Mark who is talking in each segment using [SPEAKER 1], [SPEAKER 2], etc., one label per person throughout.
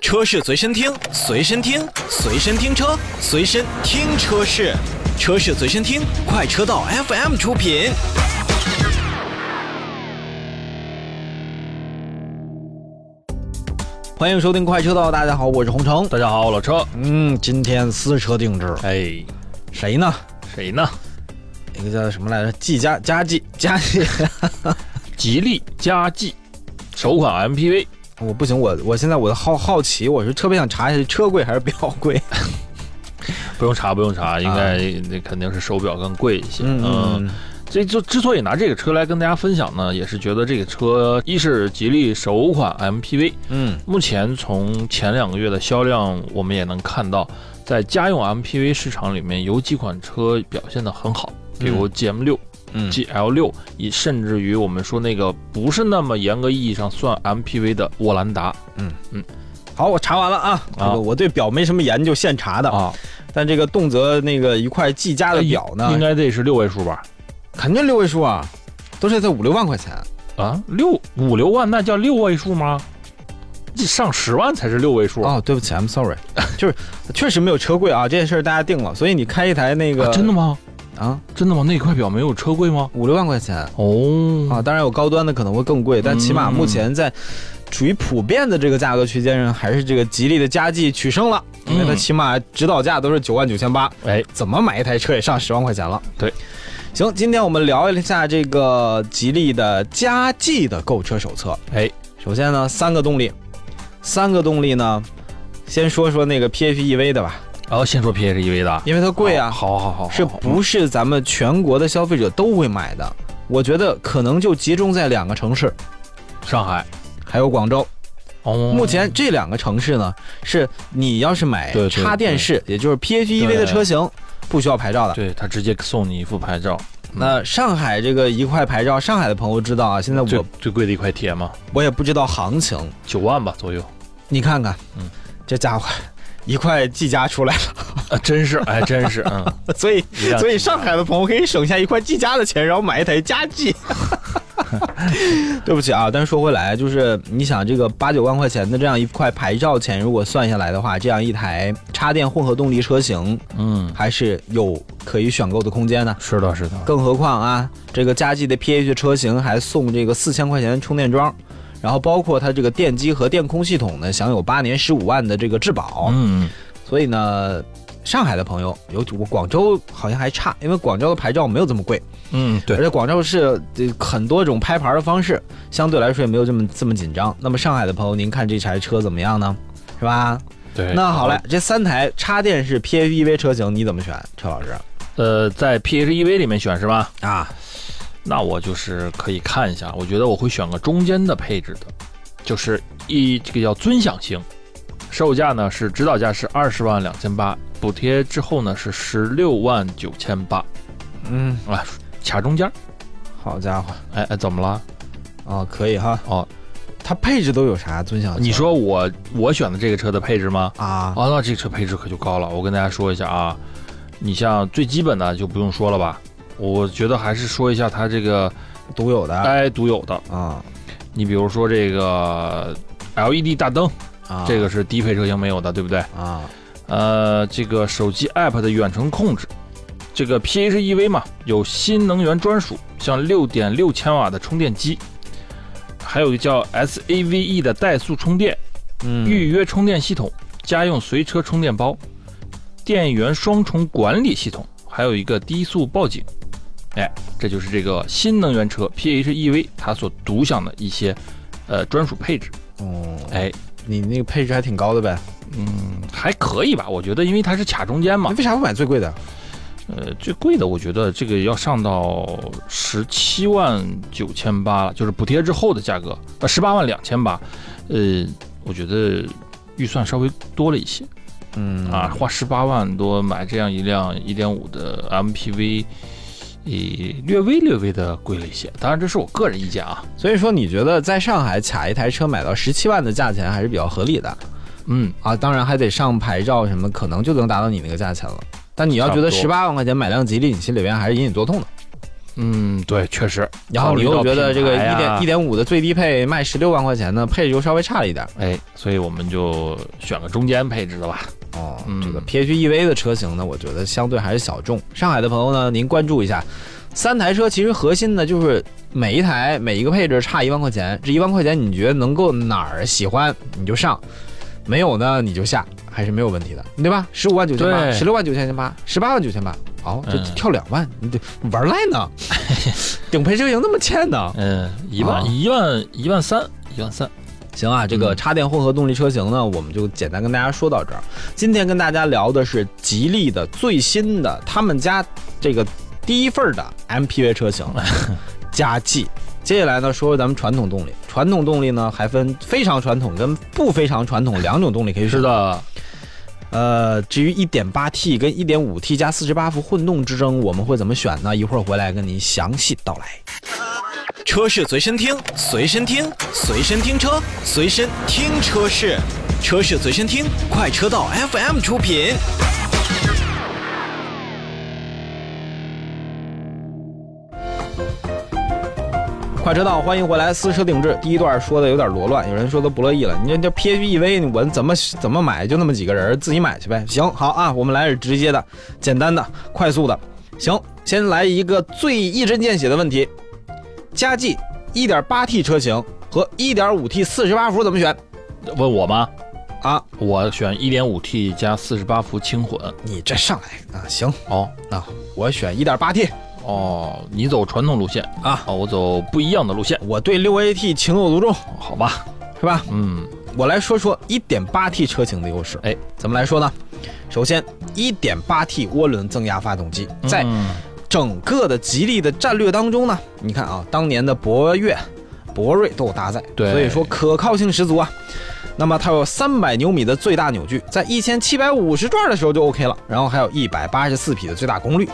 [SPEAKER 1] 车市随身听，随身听，随身听车，随身听车市，车市随身听，快车道 FM 出品。欢迎收听快车道，大家好，我是洪城。
[SPEAKER 2] 大家好，老车。
[SPEAKER 1] 嗯，今天私车定制，
[SPEAKER 2] 哎，
[SPEAKER 1] 谁呢？
[SPEAKER 2] 谁呢？
[SPEAKER 1] 一个叫什么来着？季佳佳季佳 季，
[SPEAKER 2] 吉利嘉际首款 MPV，
[SPEAKER 1] 我不行，我我现在我的好好奇，我是特别想查一下是车贵还是表贵。
[SPEAKER 2] 不用查，不用
[SPEAKER 1] 啊
[SPEAKER 2] 查，应该那肯定是手表更贵一些。嗯，这就之所以拿这个车来跟大家分享呢，也是觉得这个车一是吉利首款 MPV，
[SPEAKER 1] 嗯
[SPEAKER 2] 目前从前两个月的销量，我们也能看到，在家用 MPV 市场里面有几款车表现得很好，比如 GM 六、
[SPEAKER 1] 嗯
[SPEAKER 2] GL 六，以甚至于我们说那个不是那么严格意义上算 MPV 的沃兰达
[SPEAKER 1] 好，我查完了啊，这
[SPEAKER 2] 啊
[SPEAKER 1] 个我对表没什么研究，现查的。
[SPEAKER 2] 啊，哎
[SPEAKER 1] 但这个动辄那个一块季佳的表
[SPEAKER 2] 应
[SPEAKER 1] 呢，
[SPEAKER 2] 该得是六位数吧？
[SPEAKER 1] 肯定六位数啊，都是在五六万块钱。
[SPEAKER 2] 啊，六五六万那叫六位数吗？这上十万才是六位数！
[SPEAKER 1] 哦，对不起，I'm sorry，就是确实没有车贵啊，这件事儿大家定了，所以你开一台那个、
[SPEAKER 2] 啊真的吗？
[SPEAKER 1] 啊，
[SPEAKER 2] 真的吗？那块表没有车贵吗？
[SPEAKER 1] 五六万块钱。
[SPEAKER 2] 哦，
[SPEAKER 1] 啊，当然有高端的可能会更贵，但起
[SPEAKER 2] 嗯
[SPEAKER 1] 码目前在处于普遍的这个价格区间上，还是这个吉利的佳绩取胜了，因为它
[SPEAKER 2] 嗯
[SPEAKER 1] 起码指导价都是九万九千八，
[SPEAKER 2] 哎，
[SPEAKER 1] 怎么买一台车也上十万块钱了。
[SPEAKER 2] 对，
[SPEAKER 1] 行，今天我们聊一下这个吉利的佳绩的购车手册。
[SPEAKER 2] 哎，
[SPEAKER 1] 首先呢，三个动力，三个动力呢，先说说那个 PHEV 的吧，
[SPEAKER 2] 然后哦先说 PHEV 的，哦
[SPEAKER 1] 因为它贵啊，
[SPEAKER 2] 好好好，好
[SPEAKER 1] 是不是咱们全国的消费者都会买的？我觉得可能就集中在两个城市，
[SPEAKER 2] 上海？
[SPEAKER 1] 还有广州。
[SPEAKER 2] 哦，
[SPEAKER 1] 目前这两个城市呢，是你要是买
[SPEAKER 2] 对对
[SPEAKER 1] 插电式，也就是 PHEV 的车型，不需要牌照的。
[SPEAKER 2] 对他直接送你一副牌照，
[SPEAKER 1] 那上海这个一块牌照，上海的朋友知道啊，现在
[SPEAKER 2] 最
[SPEAKER 1] 我
[SPEAKER 2] 最贵的一块铁嘛，
[SPEAKER 1] 我也不知道行情，
[SPEAKER 2] 九万吧左右。
[SPEAKER 1] 你看看，
[SPEAKER 2] 嗯，
[SPEAKER 1] 这家伙一块季佳出来
[SPEAKER 2] 啊，真是，哎，真是，嗯，
[SPEAKER 1] 了，所以
[SPEAKER 2] 一辆
[SPEAKER 1] 所以上海的朋友可以省下一块季佳的钱，然后买一台佳绩。对不起啊，但是说回来，就是你想这个八九万块钱的这样一块牌照钱，如果算下来的话，这样一台插电混合动力车型
[SPEAKER 2] 嗯，
[SPEAKER 1] 还是有可以选购的空间的。
[SPEAKER 2] 是的，是的，
[SPEAKER 1] 更何况啊，这个佳绩的 PH 车型还送这个四千块钱的充电桩，然后包括它这个电机和电控系统呢，享有八年十五万的这个质保。
[SPEAKER 2] 嗯，
[SPEAKER 1] 所以呢，上海的朋友有我广州好像还差，因为广州的牌照没有这么贵，
[SPEAKER 2] 嗯，
[SPEAKER 1] 而
[SPEAKER 2] 对，
[SPEAKER 1] 且广州市呃很多种拍牌的方式，相对来说也没有这么这么紧张。那么上海的朋友，您看这台车怎么样呢？是吧？
[SPEAKER 2] 对。
[SPEAKER 1] 那好嘞，，这三台插电式 PHEV 车型你怎么选，车老师？
[SPEAKER 2] 呃，在 PHEV 里面选是吧？
[SPEAKER 1] 啊，
[SPEAKER 2] 那我就是可以看一下，我觉得我会选个中间的配置的，就是一这个叫尊享型，售价呢是指导价是二十万两千八，补贴之后呢是十六万九千八
[SPEAKER 1] 嗯，
[SPEAKER 2] 啊，卡中间儿。
[SPEAKER 1] 好家伙。
[SPEAKER 2] 哎哎，怎么了？
[SPEAKER 1] 哦，可以哈。
[SPEAKER 2] 哦，
[SPEAKER 1] 它配置都有啥尊享？
[SPEAKER 2] 你说我我选的这个车的配置吗？
[SPEAKER 1] 啊，
[SPEAKER 2] 啊，那这个车配置可就高了。我跟大家说一下啊，你像最基本的就不用说了吧，我觉得还是说一下它这个
[SPEAKER 1] 独有的啊
[SPEAKER 2] 该独有的。
[SPEAKER 1] 啊
[SPEAKER 2] 你比如说这个 LED 大灯，
[SPEAKER 1] 啊，
[SPEAKER 2] 这个是低配车型没有的，对不对？
[SPEAKER 1] 啊，
[SPEAKER 2] 呃，这个手机 app 的远程控制，这个 PHEV 嘛，有新能源专属，像六点六千瓦的充电机，还有一个叫 SAVE E 的怠速充电，
[SPEAKER 1] 嗯
[SPEAKER 2] 预约充电系统，家用随车充电包，电源双重管理系统，还有一个低速报警。哎，这就是这个新能源车 PHEV 它所独享的一些呃专属配置。
[SPEAKER 1] 哦，
[SPEAKER 2] 哎，
[SPEAKER 1] 你那个配置还挺高的呗？
[SPEAKER 2] 嗯，还可以吧，我觉得，因为它是卡中间嘛
[SPEAKER 1] 你。为啥不买最贵的？
[SPEAKER 2] 呃，最贵的我觉得这个要上到十七万九千八了，就是补贴之后的价格，呃，十八万两千八。呃，我觉得预算稍微多了一些。
[SPEAKER 1] 嗯
[SPEAKER 2] 啊，，花十八万多买这样一辆一点五的 MPV，也呃略微略微的贵了一些。当然，这是我个人意见啊。
[SPEAKER 1] 所以说你觉得在上海卡一台车买到十七万的价钱还是比较合理的
[SPEAKER 2] 嗯，
[SPEAKER 1] 啊？当然还得上牌照什么，可能就能达到你那个价钱了。但你要觉得
[SPEAKER 2] 差
[SPEAKER 1] 十
[SPEAKER 2] 不多
[SPEAKER 1] 八万块钱买辆吉利，你心里边还是隐隐作痛的。
[SPEAKER 2] 嗯，对，确实。
[SPEAKER 1] 然后你
[SPEAKER 2] 考
[SPEAKER 1] 又
[SPEAKER 2] 虑
[SPEAKER 1] 觉
[SPEAKER 2] 到
[SPEAKER 1] 得这个
[SPEAKER 2] 品牌
[SPEAKER 1] 一
[SPEAKER 2] 啊
[SPEAKER 1] 点一点五的最低配卖十六万块钱呢，配置又稍微差了一点。
[SPEAKER 2] 哎，所以我们就选个中间配置的吧。
[SPEAKER 1] 哦，
[SPEAKER 2] 嗯
[SPEAKER 1] 这个 PHEV 的车型呢，我觉得相对还是小众。上海的朋友呢，您关注一下，三台车其实核心呢就是每一台每一个配置差一万块钱，这一万块钱你觉得能够哪儿喜欢你就上，没有呢你就下，还是没有问题的，对吧？十五万九千八，
[SPEAKER 2] 对
[SPEAKER 1] 十六万九千八，十八万九千八，哦，这
[SPEAKER 2] 嗯
[SPEAKER 1] 跳两万，你得玩赖 呢，顶配车型那么欠呢？
[SPEAKER 2] 嗯，一万、
[SPEAKER 1] 啊
[SPEAKER 2] 一万一万三一万三。
[SPEAKER 1] 行啊，这个
[SPEAKER 2] 嗯
[SPEAKER 1] 插电混合动力车型呢，我们就简单跟大家说到这儿。今天跟大家聊的是吉利的最新的他们家这个第一份儿的 MPV 车 型佳绩。接下来呢，说说咱们传统动力。传统动力呢，还分非常传统跟不非常传统两种动力可以选
[SPEAKER 2] 是。的，
[SPEAKER 1] 呃，至于 1.8T 跟 1.5T 加48伏混动之争，我们会怎么选呢？一会儿回来跟您详细道来。
[SPEAKER 3] 车是随身听，随身听，随身听车，随身听车是，车是随身听，快车道 FM 出品。
[SPEAKER 1] 快车道，欢迎回来，私车定制。第一段说的有点罗乱，有人说都不乐意了。你这这 PHEV，我怎么怎么买？就那么几个人，自己买去呗。行，好啊，我们来点直接的、简单的、快速的。行，先来一个最一针见血的问题：佳绩 1.8T 车型和 1.5T 48伏怎么选
[SPEAKER 2] 问我吗？
[SPEAKER 1] 啊？
[SPEAKER 2] 我选一点五 T 加四十八伏轻混。
[SPEAKER 1] 你这上来啊，行
[SPEAKER 2] 哦
[SPEAKER 1] 啊，我选 1.8T
[SPEAKER 2] 哦，你走传统路线
[SPEAKER 1] 啊，
[SPEAKER 2] 哦，我走不一样的路线，
[SPEAKER 1] 我对 6AT 情有独钟，
[SPEAKER 2] 好吧？
[SPEAKER 1] 是吧？
[SPEAKER 2] 嗯，
[SPEAKER 1] 我来说说 1.8T 车型的优势。
[SPEAKER 2] 哎，
[SPEAKER 1] 怎么来说呢？首先，1.8T 涡轮增压发动机在
[SPEAKER 2] 嗯
[SPEAKER 1] 整个的吉利的战略当中呢，你看啊，当年的博越、博瑞都有搭载，
[SPEAKER 2] 对
[SPEAKER 1] 所以说可靠性十足啊。那么它有三百牛米的最大扭矩，在一千七百五十转的时候就 OK 了，然后还有一百八十四匹的最大功率。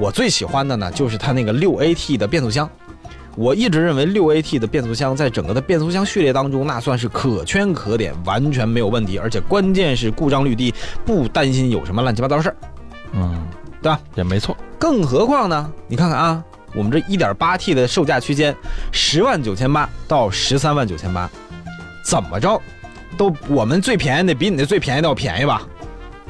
[SPEAKER 1] 我最喜欢的呢，就是它那个六 AT 的变速箱。我一直认为六 AT 的变速箱在整个的变速箱序列当中，那算是可圈可点，完全没有问题，而且关键是故障率低，不担心有什么乱七八糟事儿。
[SPEAKER 2] 嗯，
[SPEAKER 1] 对吧？
[SPEAKER 2] 也没错，
[SPEAKER 1] 更何况呢？你看看啊，我们这一点八 T 的售价区间，十万九千八到十三万九千八，怎么着，都我们最便宜的比你那最便宜的要便宜吧，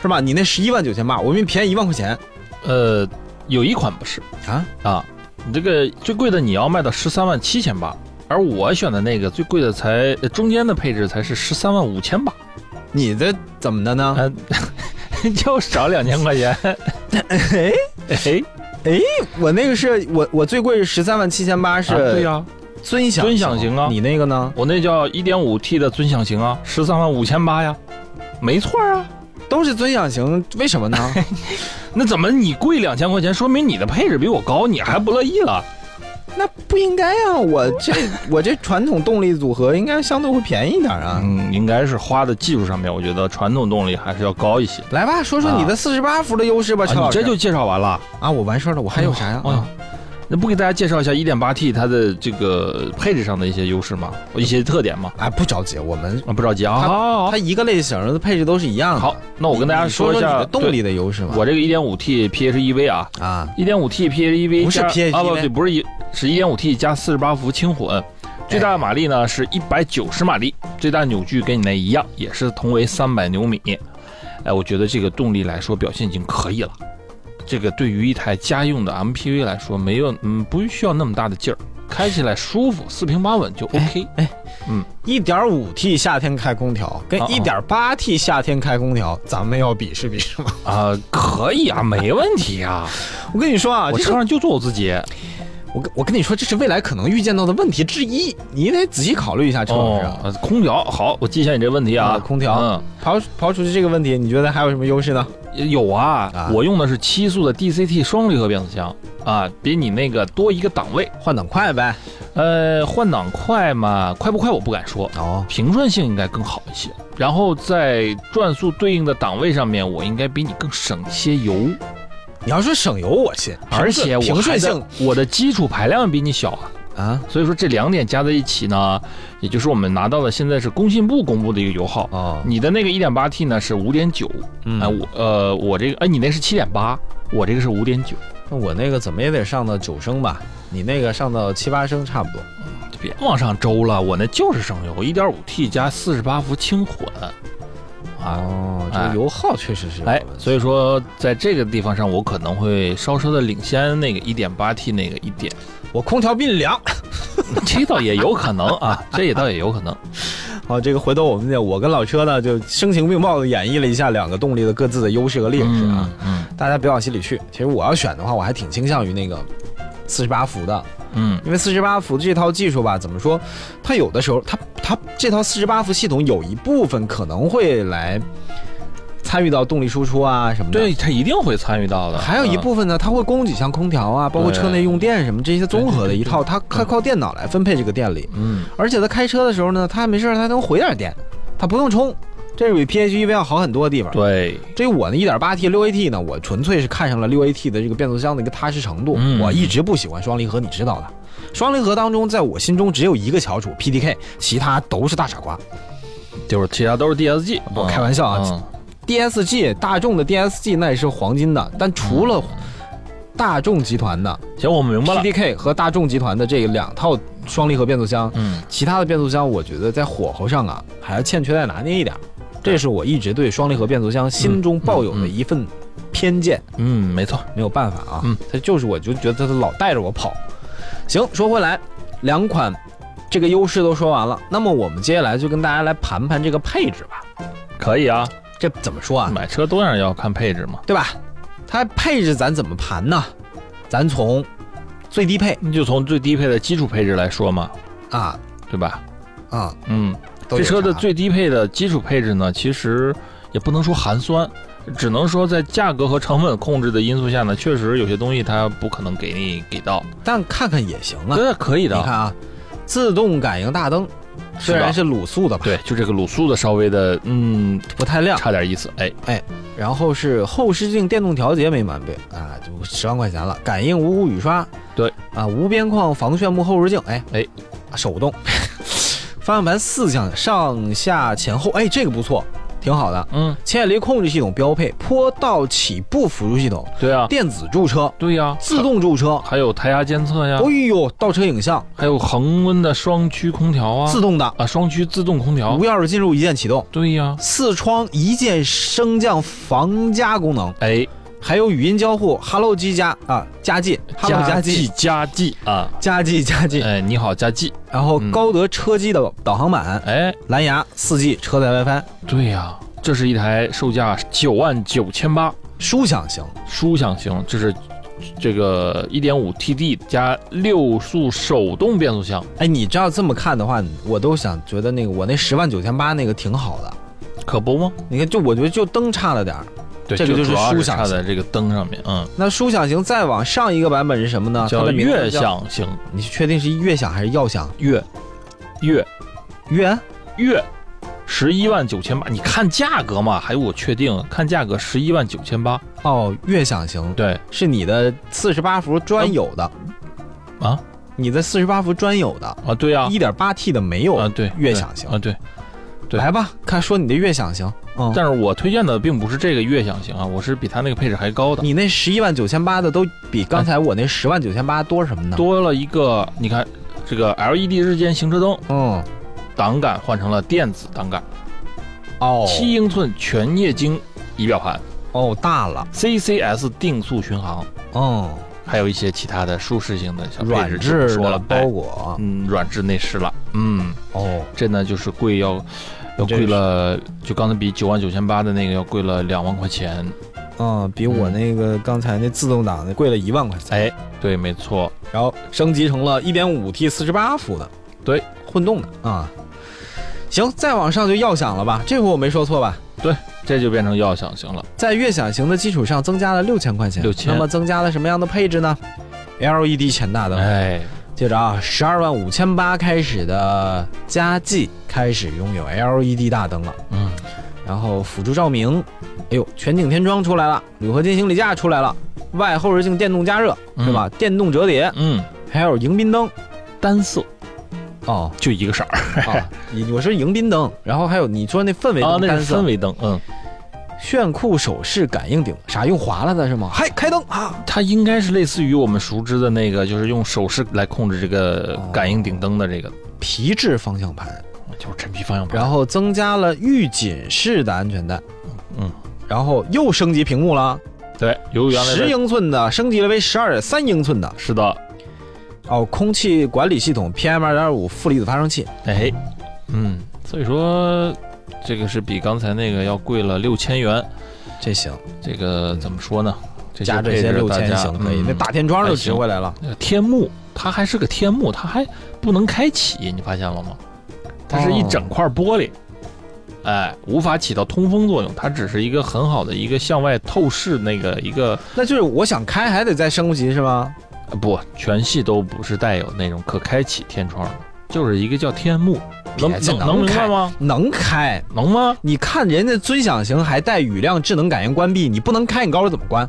[SPEAKER 1] 是吧？你那十一万九千八，我们便宜一万块钱
[SPEAKER 2] 呃，有一款不是
[SPEAKER 1] 啊！
[SPEAKER 2] 啊，你这个最贵的你要卖到十三万七千八，而我选的那个最贵的才呃中间的配置才是十三万五千八，
[SPEAKER 1] 你这怎么的呢？
[SPEAKER 2] 啊， 就少两千块钱，
[SPEAKER 1] 哎，
[SPEAKER 2] 哎，
[SPEAKER 1] 我那个是我我最贵是十三万七千八，
[SPEAKER 2] 啊对
[SPEAKER 1] 是
[SPEAKER 2] 呀、
[SPEAKER 1] 尊享
[SPEAKER 2] 尊享型啊
[SPEAKER 1] 你那个呢？
[SPEAKER 2] 我那叫一点五 T 的尊享型啊，十三万五千八呀，没错啊。
[SPEAKER 1] 都是尊享型，为什么 呢？
[SPEAKER 2] 那怎么你贵两千块钱，说明你的配置比我高，你还不乐意了？
[SPEAKER 1] 那不应该啊！我这我这传统动力组合应该相对会便宜一点啊。
[SPEAKER 2] 嗯，应该是花的技术上面，我觉得传统动力还是要高一些。
[SPEAKER 1] 来吧，说说你的四十八伏的优势吧，
[SPEAKER 2] 啊，
[SPEAKER 1] 陈老
[SPEAKER 2] 你
[SPEAKER 1] 师。
[SPEAKER 2] 这就介绍完了，
[SPEAKER 1] 啊，我完事儿了，我还有啥呀？啊
[SPEAKER 2] 哎呦哎呦那不给大家介绍一下 1.8T 它的这个配置上的一些优势吗？一些特点吗？
[SPEAKER 1] 啊，不着急，我们
[SPEAKER 2] 啊，不着急啊。
[SPEAKER 1] 它
[SPEAKER 2] 好好
[SPEAKER 1] 它一个类型的配置都是一样的。
[SPEAKER 2] 好，好，那我跟大家
[SPEAKER 1] 你说
[SPEAKER 2] 一
[SPEAKER 1] 你
[SPEAKER 2] 下
[SPEAKER 1] 的动力的优势吧
[SPEAKER 2] 对。。我这个 1.5T PHEV 啊
[SPEAKER 1] 啊，
[SPEAKER 2] ，1.5T PHEV
[SPEAKER 1] 不是
[SPEAKER 2] 加
[SPEAKER 1] PHEV
[SPEAKER 2] 啊不对，不是一是 1.5T 加48伏轻
[SPEAKER 1] 哎
[SPEAKER 2] 混，最大马力呢是190马力，最大扭矩跟你那一样，也是同为300牛米。哎，我觉得这个动力来说表现已经可以了。这个对于一台家用的 MPV 来说，没有嗯不需要那么大的劲儿，开起来舒服，四平八稳就
[SPEAKER 1] 哎
[SPEAKER 2] OK。
[SPEAKER 1] 一点五 T 夏天开空调跟
[SPEAKER 2] 啊啊
[SPEAKER 1] 一点八 T 夏天开空调，咱们要比试比试吗？
[SPEAKER 2] 啊、可以啊，没问题啊，
[SPEAKER 1] 我跟你说 啊， 这
[SPEAKER 2] 我车
[SPEAKER 1] 是
[SPEAKER 2] 上就坐我自己。
[SPEAKER 1] 我跟我跟你说，这是未来可能遇见到的问题之一，你得仔细考虑一下，陈老师
[SPEAKER 2] 哦
[SPEAKER 1] 啊。，
[SPEAKER 2] 呃空调好，我记一下你这问题啊。
[SPEAKER 1] 啊空调
[SPEAKER 2] 嗯，
[SPEAKER 1] 刨刨除去这个问题，你觉得还有什么优势呢？
[SPEAKER 2] 有啊，
[SPEAKER 1] 啊
[SPEAKER 2] 我用的是七速的 DCT 双离合变速箱啊，比你那个多一个档位。
[SPEAKER 1] 换挡快呗。
[SPEAKER 2] 呃，换挡快嘛，快不快我不敢说，
[SPEAKER 1] 哦，
[SPEAKER 2] 平顺性应该更好一些。然后在转速对应的档位上面，我应该比你更省一些油，
[SPEAKER 1] 你要说省油，我信，
[SPEAKER 2] 而且我
[SPEAKER 1] 平顺
[SPEAKER 2] 还在
[SPEAKER 1] 性
[SPEAKER 2] 我的基础排量比你小啊。
[SPEAKER 1] 啊。
[SPEAKER 2] 所以说这两点加在一起呢，也就是我们拿到的现在是工信部公布的一个油耗。
[SPEAKER 1] 哦，
[SPEAKER 2] 你的那个一点八 T 呢是五点九，啊
[SPEAKER 1] 嗯
[SPEAKER 2] 哎，我呃我这个哎你那是七点八，我这个是五点九，
[SPEAKER 1] 那我那个怎么也得上到九升吧，你那个上到七八升差不多。
[SPEAKER 2] 别往上周了，我那就是省油，一点五 T 加四十八伏轻混，啊，
[SPEAKER 1] 哦，这个
[SPEAKER 2] 哎
[SPEAKER 1] 油耗确实是有
[SPEAKER 2] 哎，
[SPEAKER 1] 问题
[SPEAKER 2] 所以说在这个地方上，我可能会稍稍的领先那个一点八 T 那个一点，
[SPEAKER 1] 我空调并 凉。
[SPEAKER 2] 这倒也有可能啊，这也倒也有可能。
[SPEAKER 1] 好，哦这个回头我们得我跟老车呢就声情并茂的演绎了一下两个动力的各自的优势和劣势啊，
[SPEAKER 2] 嗯
[SPEAKER 1] 大家别往心里去。其实我要选的话，我还挺倾向于那个四十八伏的，
[SPEAKER 2] 嗯
[SPEAKER 1] 因为四十八伏这套技术吧，怎么说，它有的时候它它这套四十八伏系统有一部分可能会来参与到动力输出啊什么
[SPEAKER 2] 嗯，
[SPEAKER 1] 的。
[SPEAKER 2] 对他一定会参与到的。
[SPEAKER 1] 还有一部分呢，它会供给像空调啊，包括车内用电什么这些综合的一套，它靠靠电脑来分配这个电力。
[SPEAKER 2] 嗯，
[SPEAKER 1] 而且它开车的时候呢，它没事儿它还能回点电，它不用充，这是比 PHEV E 要好很多的地方
[SPEAKER 2] 嗯，。对，
[SPEAKER 1] 至于我呢，一点八 T 六 AT 呢，我纯粹是看上了六 AT 的这个变速箱的一个踏实程度。
[SPEAKER 2] 嗯
[SPEAKER 1] 我一直不喜欢双离合，你知道的。双离合当中，在我心中只有一个翘楚 PDK，其他都是大傻瓜。
[SPEAKER 2] 就是其他都是 DSG，
[SPEAKER 1] 我开玩笑啊
[SPEAKER 2] 嗯
[SPEAKER 1] DSG 大众的 DSG 那也是黄金的，但除了
[SPEAKER 2] 嗯
[SPEAKER 1] 大众集团的
[SPEAKER 2] 行，我明白了。
[SPEAKER 1] PDK 和大众集团的这两套双离合变速箱，
[SPEAKER 2] 嗯，
[SPEAKER 1] 其他的变速箱，我觉得在火候上啊，还欠缺再拿捏一点儿。这是我一直对双离合变速箱心中抱有的一份偏见，
[SPEAKER 2] 嗯，没错，
[SPEAKER 1] 没有办法啊，
[SPEAKER 2] 嗯
[SPEAKER 1] 它就是我就觉得它老带着我跑。行，说回来，两款这个优势都说完了，那么我们接下来就跟大家来盘盘这个配置吧。
[SPEAKER 2] 可以啊。
[SPEAKER 1] 这怎么说啊？
[SPEAKER 2] 买车多样要看配置嘛，
[SPEAKER 1] 对吧？它配置咱怎么盘呢？咱从最低配
[SPEAKER 2] 你就从最低配的基础配置来说嘛，
[SPEAKER 1] 啊
[SPEAKER 2] 对吧？
[SPEAKER 1] 啊，
[SPEAKER 2] 嗯，
[SPEAKER 1] 都
[SPEAKER 2] 这
[SPEAKER 1] 有
[SPEAKER 2] 车的
[SPEAKER 1] 啥
[SPEAKER 2] 最低配的基础配置呢，其实也不能说寒酸，只能说在价格和成本控制的因素下呢，确实有些东西它不可能给你给到。
[SPEAKER 1] 但看看也行啊。
[SPEAKER 2] 对，可以
[SPEAKER 1] 你看
[SPEAKER 2] 的，
[SPEAKER 1] 啊，自动感应大灯虽
[SPEAKER 2] 吧
[SPEAKER 1] 然是卤素的吧，
[SPEAKER 2] 对，就这个卤素的稍微的，嗯，
[SPEAKER 1] 不太亮。
[SPEAKER 2] 差点意思。哎，
[SPEAKER 1] 然后是后视镜电动调节没满配啊，就十万块钱了。感应无污雨刷，
[SPEAKER 2] 对
[SPEAKER 1] 啊，无边框防眩目后视镜，哎
[SPEAKER 2] 哎，
[SPEAKER 1] 手动。 方向盘四项上下前后，哎，这个不错，挺好的。
[SPEAKER 2] 嗯，
[SPEAKER 1] 牵引力控制系统标配，坡道起步辅助系统，
[SPEAKER 2] 对啊，
[SPEAKER 1] 电子驻车、
[SPEAKER 2] 对呀，
[SPEAKER 1] 自动驻车，
[SPEAKER 2] 还有胎压监测呀
[SPEAKER 1] 哎，呦，倒车影像，
[SPEAKER 2] 还有恒温的双区空调啊，
[SPEAKER 1] 自动挡，
[SPEAKER 2] 啊，双区自动空调
[SPEAKER 1] 无。钥匙进入一键启动，
[SPEAKER 2] 对呀，
[SPEAKER 1] 四窗一键升降防夹功能，
[SPEAKER 2] 哎，
[SPEAKER 1] 还有语音交互，Hello 机加啊家计，Hello 家
[SPEAKER 2] 计
[SPEAKER 1] 计
[SPEAKER 2] 加计啊，
[SPEAKER 1] 家计家计，
[SPEAKER 2] 哎，你好加计，
[SPEAKER 1] 然后
[SPEAKER 2] 嗯
[SPEAKER 1] 高德车机的导航版，
[SPEAKER 2] 哎，
[SPEAKER 1] 蓝牙四 G 车载 WiFi，
[SPEAKER 2] 对呀、这是一台售价九万九千八
[SPEAKER 1] 舒享型，
[SPEAKER 2] 舒享型，这是这个一点五 TD 加六速手动变速箱，
[SPEAKER 1] 哎，你这要这么看的话，我都想觉得那个我那十万九千八那个挺好的，
[SPEAKER 2] 可不吗？
[SPEAKER 1] 你看就我觉得就灯差了点儿，
[SPEAKER 2] 对，
[SPEAKER 1] 这个就是
[SPEAKER 2] 主要
[SPEAKER 1] 舒
[SPEAKER 2] 是
[SPEAKER 1] 享
[SPEAKER 2] 差
[SPEAKER 1] 型
[SPEAKER 2] 在这个灯上面，嗯，
[SPEAKER 1] 那舒享型再往上一个版本是什么呢？啊它
[SPEAKER 2] 叫
[SPEAKER 1] 的名字
[SPEAKER 2] 悦，享型，
[SPEAKER 1] 你确定是悦享还是耀享？
[SPEAKER 2] 悦悦
[SPEAKER 1] 悦
[SPEAKER 2] 悦。十一万九千八，你看价格嘛？还有我确定看价格十一万九千八，
[SPEAKER 1] 哦，悦享型
[SPEAKER 2] 对，
[SPEAKER 1] 是你的四十八伏专有的
[SPEAKER 2] 啊，
[SPEAKER 1] 你的四十八伏专有的，
[SPEAKER 2] 啊，对呀、
[SPEAKER 1] 一点八 T 的没
[SPEAKER 2] 啊，
[SPEAKER 1] 有
[SPEAKER 2] 对，
[SPEAKER 1] 悦享型
[SPEAKER 2] 啊，。对，对
[SPEAKER 1] 来吧，看说你的悦享型，嗯，
[SPEAKER 2] 但是我推荐的并不是这个悦享型啊，我是比它那个配置还高的。
[SPEAKER 1] 你那十一万九千八的都比刚才我那十万九千八多什么呢？，
[SPEAKER 2] 多了一个，你看这个 LED 日间行车灯
[SPEAKER 1] 嗯，
[SPEAKER 2] 挡杆换成了电子挡杆，
[SPEAKER 1] 哦，
[SPEAKER 2] 七英寸全液晶仪表盘
[SPEAKER 1] 哦大了，
[SPEAKER 2] ，CCS 定速巡航，
[SPEAKER 1] 嗯，
[SPEAKER 2] 还有一些其他的舒适性的小配
[SPEAKER 1] 软
[SPEAKER 2] 置就不
[SPEAKER 1] 质
[SPEAKER 2] 说
[SPEAKER 1] 的
[SPEAKER 2] 了，
[SPEAKER 1] 包
[SPEAKER 2] 哎，
[SPEAKER 1] 裹，
[SPEAKER 2] 嗯，软质内饰了，嗯，
[SPEAKER 1] 哦，
[SPEAKER 2] 这呢就是贵要要
[SPEAKER 1] 这个
[SPEAKER 2] 贵了，就刚才比九万九千八的那个要贵了两万块钱，
[SPEAKER 1] 嗯，比我
[SPEAKER 2] 嗯
[SPEAKER 1] 那个刚才那自动挡的贵了一万块钱，
[SPEAKER 2] 哎，对，没错，
[SPEAKER 1] 然后升级成了 1.5T 48伏的，
[SPEAKER 2] 对，
[SPEAKER 1] 混动的啊。行，再往上就耀享了吧？这回我没说错吧？
[SPEAKER 2] 这就变成耀享型了，
[SPEAKER 1] 在悦享型的基础上增加了六千块钱，
[SPEAKER 2] 6000
[SPEAKER 1] 那么增加了什么样的配置呢？LED 前大灯，
[SPEAKER 2] 哎，
[SPEAKER 1] 接着啊，十二万五千八开始的佳绩开始拥有 LED 大灯了，
[SPEAKER 2] 嗯，
[SPEAKER 1] 然后辅助照明，哎呦，全景天窗出来了，铝合金行李架出来了，外后视镜电动加热
[SPEAKER 2] 嗯
[SPEAKER 1] 是吧？？电动折叠，
[SPEAKER 2] 嗯，
[SPEAKER 1] 还有迎宾灯
[SPEAKER 2] 单色
[SPEAKER 1] 哦，
[SPEAKER 2] 就一个色儿
[SPEAKER 1] 啊，你我说迎宾灯，然后还有你说那氛围
[SPEAKER 2] 啊
[SPEAKER 1] 灯，
[SPEAKER 2] 那
[SPEAKER 1] 单
[SPEAKER 2] 是
[SPEAKER 1] 色，
[SPEAKER 2] 氛围灯，嗯，
[SPEAKER 4] 炫酷手势感应顶，啥用划拉的是吗？
[SPEAKER 1] 嗨，开灯啊！
[SPEAKER 2] 它应该是类似于我们熟知的那个，就是用手势来控制这个
[SPEAKER 1] 哦
[SPEAKER 2] 感应顶灯的这个，
[SPEAKER 4] 皮质方向盘，
[SPEAKER 2] 就是真皮方向盘。
[SPEAKER 1] 然
[SPEAKER 2] 后
[SPEAKER 1] 后增加了预警式的安全带，
[SPEAKER 2] 嗯，
[SPEAKER 1] 然后又升级屏幕了，
[SPEAKER 2] 对，由原来
[SPEAKER 1] 十
[SPEAKER 2] 的
[SPEAKER 1] 英寸的升级了为十二点三英寸的
[SPEAKER 2] 是的，
[SPEAKER 1] 哦，空气管理系统 PM 二点五负离子发生器，
[SPEAKER 2] 哎，嗯，所以说这个是比刚才那个要贵了六千元。
[SPEAKER 1] 这行
[SPEAKER 2] 这个怎么说呢？这
[SPEAKER 1] 嗯加这
[SPEAKER 2] 配
[SPEAKER 1] 些
[SPEAKER 2] 置
[SPEAKER 1] 六
[SPEAKER 2] 大
[SPEAKER 1] 千
[SPEAKER 2] 家
[SPEAKER 1] 行可以，
[SPEAKER 2] 嗯
[SPEAKER 1] 那大天窗都
[SPEAKER 2] 还
[SPEAKER 1] 值
[SPEAKER 2] 行
[SPEAKER 1] 回来了。
[SPEAKER 2] 那个天幕，它还是个天幕，它还不能开启，你发现了吗？它
[SPEAKER 1] 哦
[SPEAKER 2] 是一整块玻璃，哎，无法起到通风作用，它只是一个很好的一个向外透视那个一个
[SPEAKER 1] 那就是我想开还得再升级是吗？
[SPEAKER 2] 呃不，全系都不是带有那种可开启天窗的，就是一个叫天幕，能
[SPEAKER 1] 别介
[SPEAKER 2] 能
[SPEAKER 1] 能
[SPEAKER 2] 能明
[SPEAKER 1] 开
[SPEAKER 2] 白吗？
[SPEAKER 1] 能开。
[SPEAKER 2] 能吗？
[SPEAKER 1] 你看人家尊享型还带雨量智能感应关闭，你不能开，你告诉我怎么关？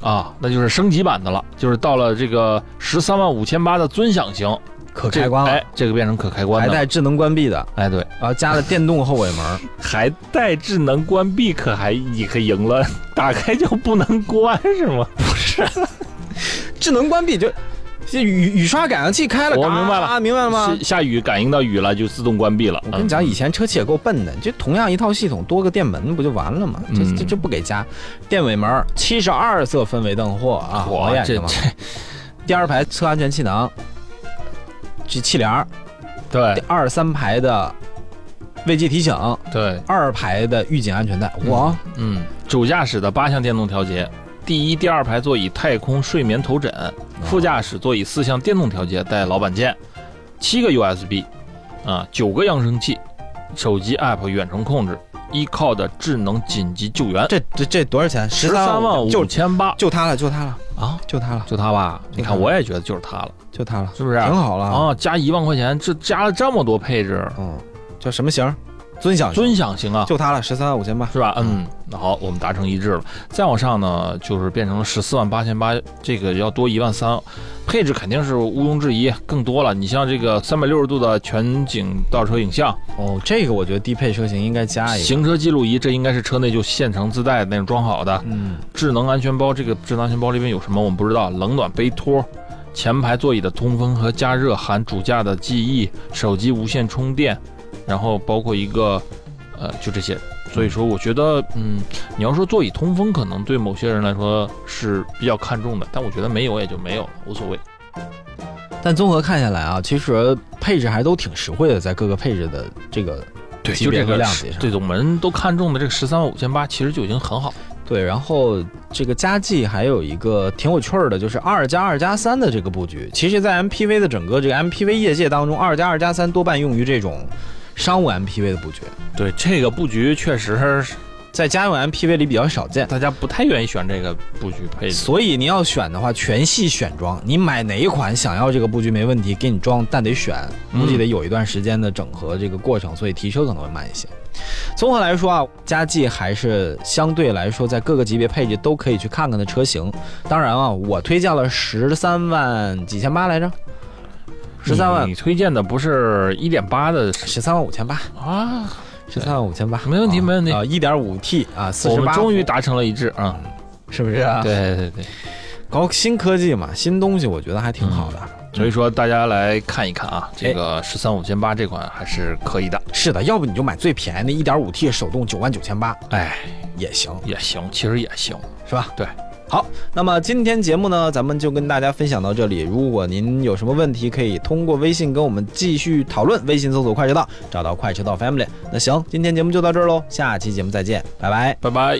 [SPEAKER 2] 啊，那就是升级版的了，就是到了这个十三万五千八的尊享型，
[SPEAKER 1] 可
[SPEAKER 2] 这
[SPEAKER 1] 开关了，
[SPEAKER 2] 哎，这个变成可开关
[SPEAKER 1] 还
[SPEAKER 2] 的了，
[SPEAKER 1] 带智能关闭的，
[SPEAKER 2] 哎对。
[SPEAKER 1] 然后加了电动后尾门。
[SPEAKER 2] 还带智能关闭，可还你可赢了， 打开就不能关是吗？
[SPEAKER 1] 智能关闭就，这雨雨刷感应器开了，
[SPEAKER 2] 我
[SPEAKER 1] 嘎
[SPEAKER 2] 明白了
[SPEAKER 1] 明白了吗？
[SPEAKER 2] 下下雨感应到雨了就自动关闭了。嗯
[SPEAKER 1] 我跟你讲，以前车企也够笨的，就同样一套系统，多个电门不就完了吗？这
[SPEAKER 2] 嗯
[SPEAKER 1] 这这不给加，电尾门七十二色氛围灯，嚯啊，
[SPEAKER 2] 我
[SPEAKER 1] 好眼
[SPEAKER 2] 这
[SPEAKER 1] 睛嘛！第二排侧安全气囊，这气帘儿，第
[SPEAKER 2] 对
[SPEAKER 1] 二三排的未记提醒，
[SPEAKER 2] 对，
[SPEAKER 1] 二排的预警安全带，哇，
[SPEAKER 2] 嗯，主驾驶的八项电动调节，第一、第二排座椅太空睡眠头枕，副驾驶座椅四项电动调节带老板键，七个 USB，啊，九个扬声器，手机 app 远程控制，eCall 的智能紧急救援，
[SPEAKER 1] 这这这多少钱？十
[SPEAKER 2] 三万
[SPEAKER 1] 就
[SPEAKER 2] 五千八
[SPEAKER 1] 就它了，就它了，
[SPEAKER 2] 啊，
[SPEAKER 1] 就它了，
[SPEAKER 2] 就它吧？你
[SPEAKER 1] 就它
[SPEAKER 2] 看，我也觉得就是它了，
[SPEAKER 1] 就它了，
[SPEAKER 2] 是不是？
[SPEAKER 1] 挺好了啊。
[SPEAKER 2] 啊，加一万块钱，这加了这么多配置，
[SPEAKER 1] 嗯，叫什么型儿？尊享型，
[SPEAKER 2] 尊享型啊，
[SPEAKER 1] 就它了，十三万五千八。
[SPEAKER 2] 是吧？嗯，好，我们达成一致了。再往上呢，就是变成了十四万八千八，这个要多一万三，配置肯定是毋庸置疑更多了。你像这个三百六十度的全景倒车影像、
[SPEAKER 1] 哦，这个我觉得低配车型应该加一个。
[SPEAKER 2] 行车记录仪，这应该是车内就现成自带的那种装好的。
[SPEAKER 1] 嗯，
[SPEAKER 2] 智能安全包，这个智能安全包里面有什么我们不知道，冷暖杯托。前排座椅的通风和加热，含主驾的记忆，手机无线充电，然后包括一个，呃，就这些。所以说，我觉得，嗯，你要说座椅通风，可能对某些人来说是比较看重的，但我觉得没有也就没有了，无所谓。
[SPEAKER 1] 但综合看下来啊，其实配置还都挺实惠的，在各个配置的这个
[SPEAKER 2] 对
[SPEAKER 1] 级
[SPEAKER 2] 就
[SPEAKER 1] 别
[SPEAKER 2] 这
[SPEAKER 1] 和
[SPEAKER 2] 个
[SPEAKER 1] 量
[SPEAKER 2] 是
[SPEAKER 1] 级上
[SPEAKER 2] 对我们都看中的这个十三万五千八，其实就已经很好了。
[SPEAKER 1] 对，然后这个佳绩还有一个挺有趣儿的，就是二加二加三的这个布局。其实，在 MPV 的整个这个 MPV 业界当中，二加二加三多半用于这种商务 MPV 的布局，
[SPEAKER 2] 对这个布局，确实是
[SPEAKER 1] 在家用 MPV 里比较少见。
[SPEAKER 2] 大家不太愿意选这个布局配置。
[SPEAKER 1] 所以你要选的话，全系选装。你买哪一款想要这个布局没问题，给你装，但得选，
[SPEAKER 2] 嗯
[SPEAKER 1] 估计得有一段时间的整合这个过程，所以提车可能会慢一些。综合来说啊，佳绩还是相对来说在各个级别配置都可以去看看的车型。当然啊，我推荐了十三万几千八来着，十三万
[SPEAKER 2] 你推荐的不是一点八的
[SPEAKER 1] 十三万五千八，
[SPEAKER 2] 啊？
[SPEAKER 1] 十三万五千八，
[SPEAKER 2] 没问题没问题
[SPEAKER 1] 啊，一点五 T 啊，四
[SPEAKER 2] 我
[SPEAKER 1] 十
[SPEAKER 2] 们
[SPEAKER 1] 八，
[SPEAKER 2] 终于达成了一致啊！嗯
[SPEAKER 1] 是不是啊？，
[SPEAKER 2] 对对对，
[SPEAKER 1] 搞新科技嘛，新东西我觉得还挺好的。
[SPEAKER 2] 所以说大家来看一看啊，这个十三五千八这款还是可以的，
[SPEAKER 1] 是的，要不你就买最便宜的一点五 T 手动九万九千八
[SPEAKER 2] 哎，
[SPEAKER 1] 也行，
[SPEAKER 2] 也行，其实也行。
[SPEAKER 1] 是吧？
[SPEAKER 2] 对。
[SPEAKER 1] 好，那么今天节目呢，咱们就跟大家分享到这里。如果您有什么问题，可以通过微信跟我们继续讨论。微信搜索“快车道”，找到“快车道 Family”。那行，今天节目就到这儿喽，下期节目再见，拜拜。
[SPEAKER 2] 拜拜。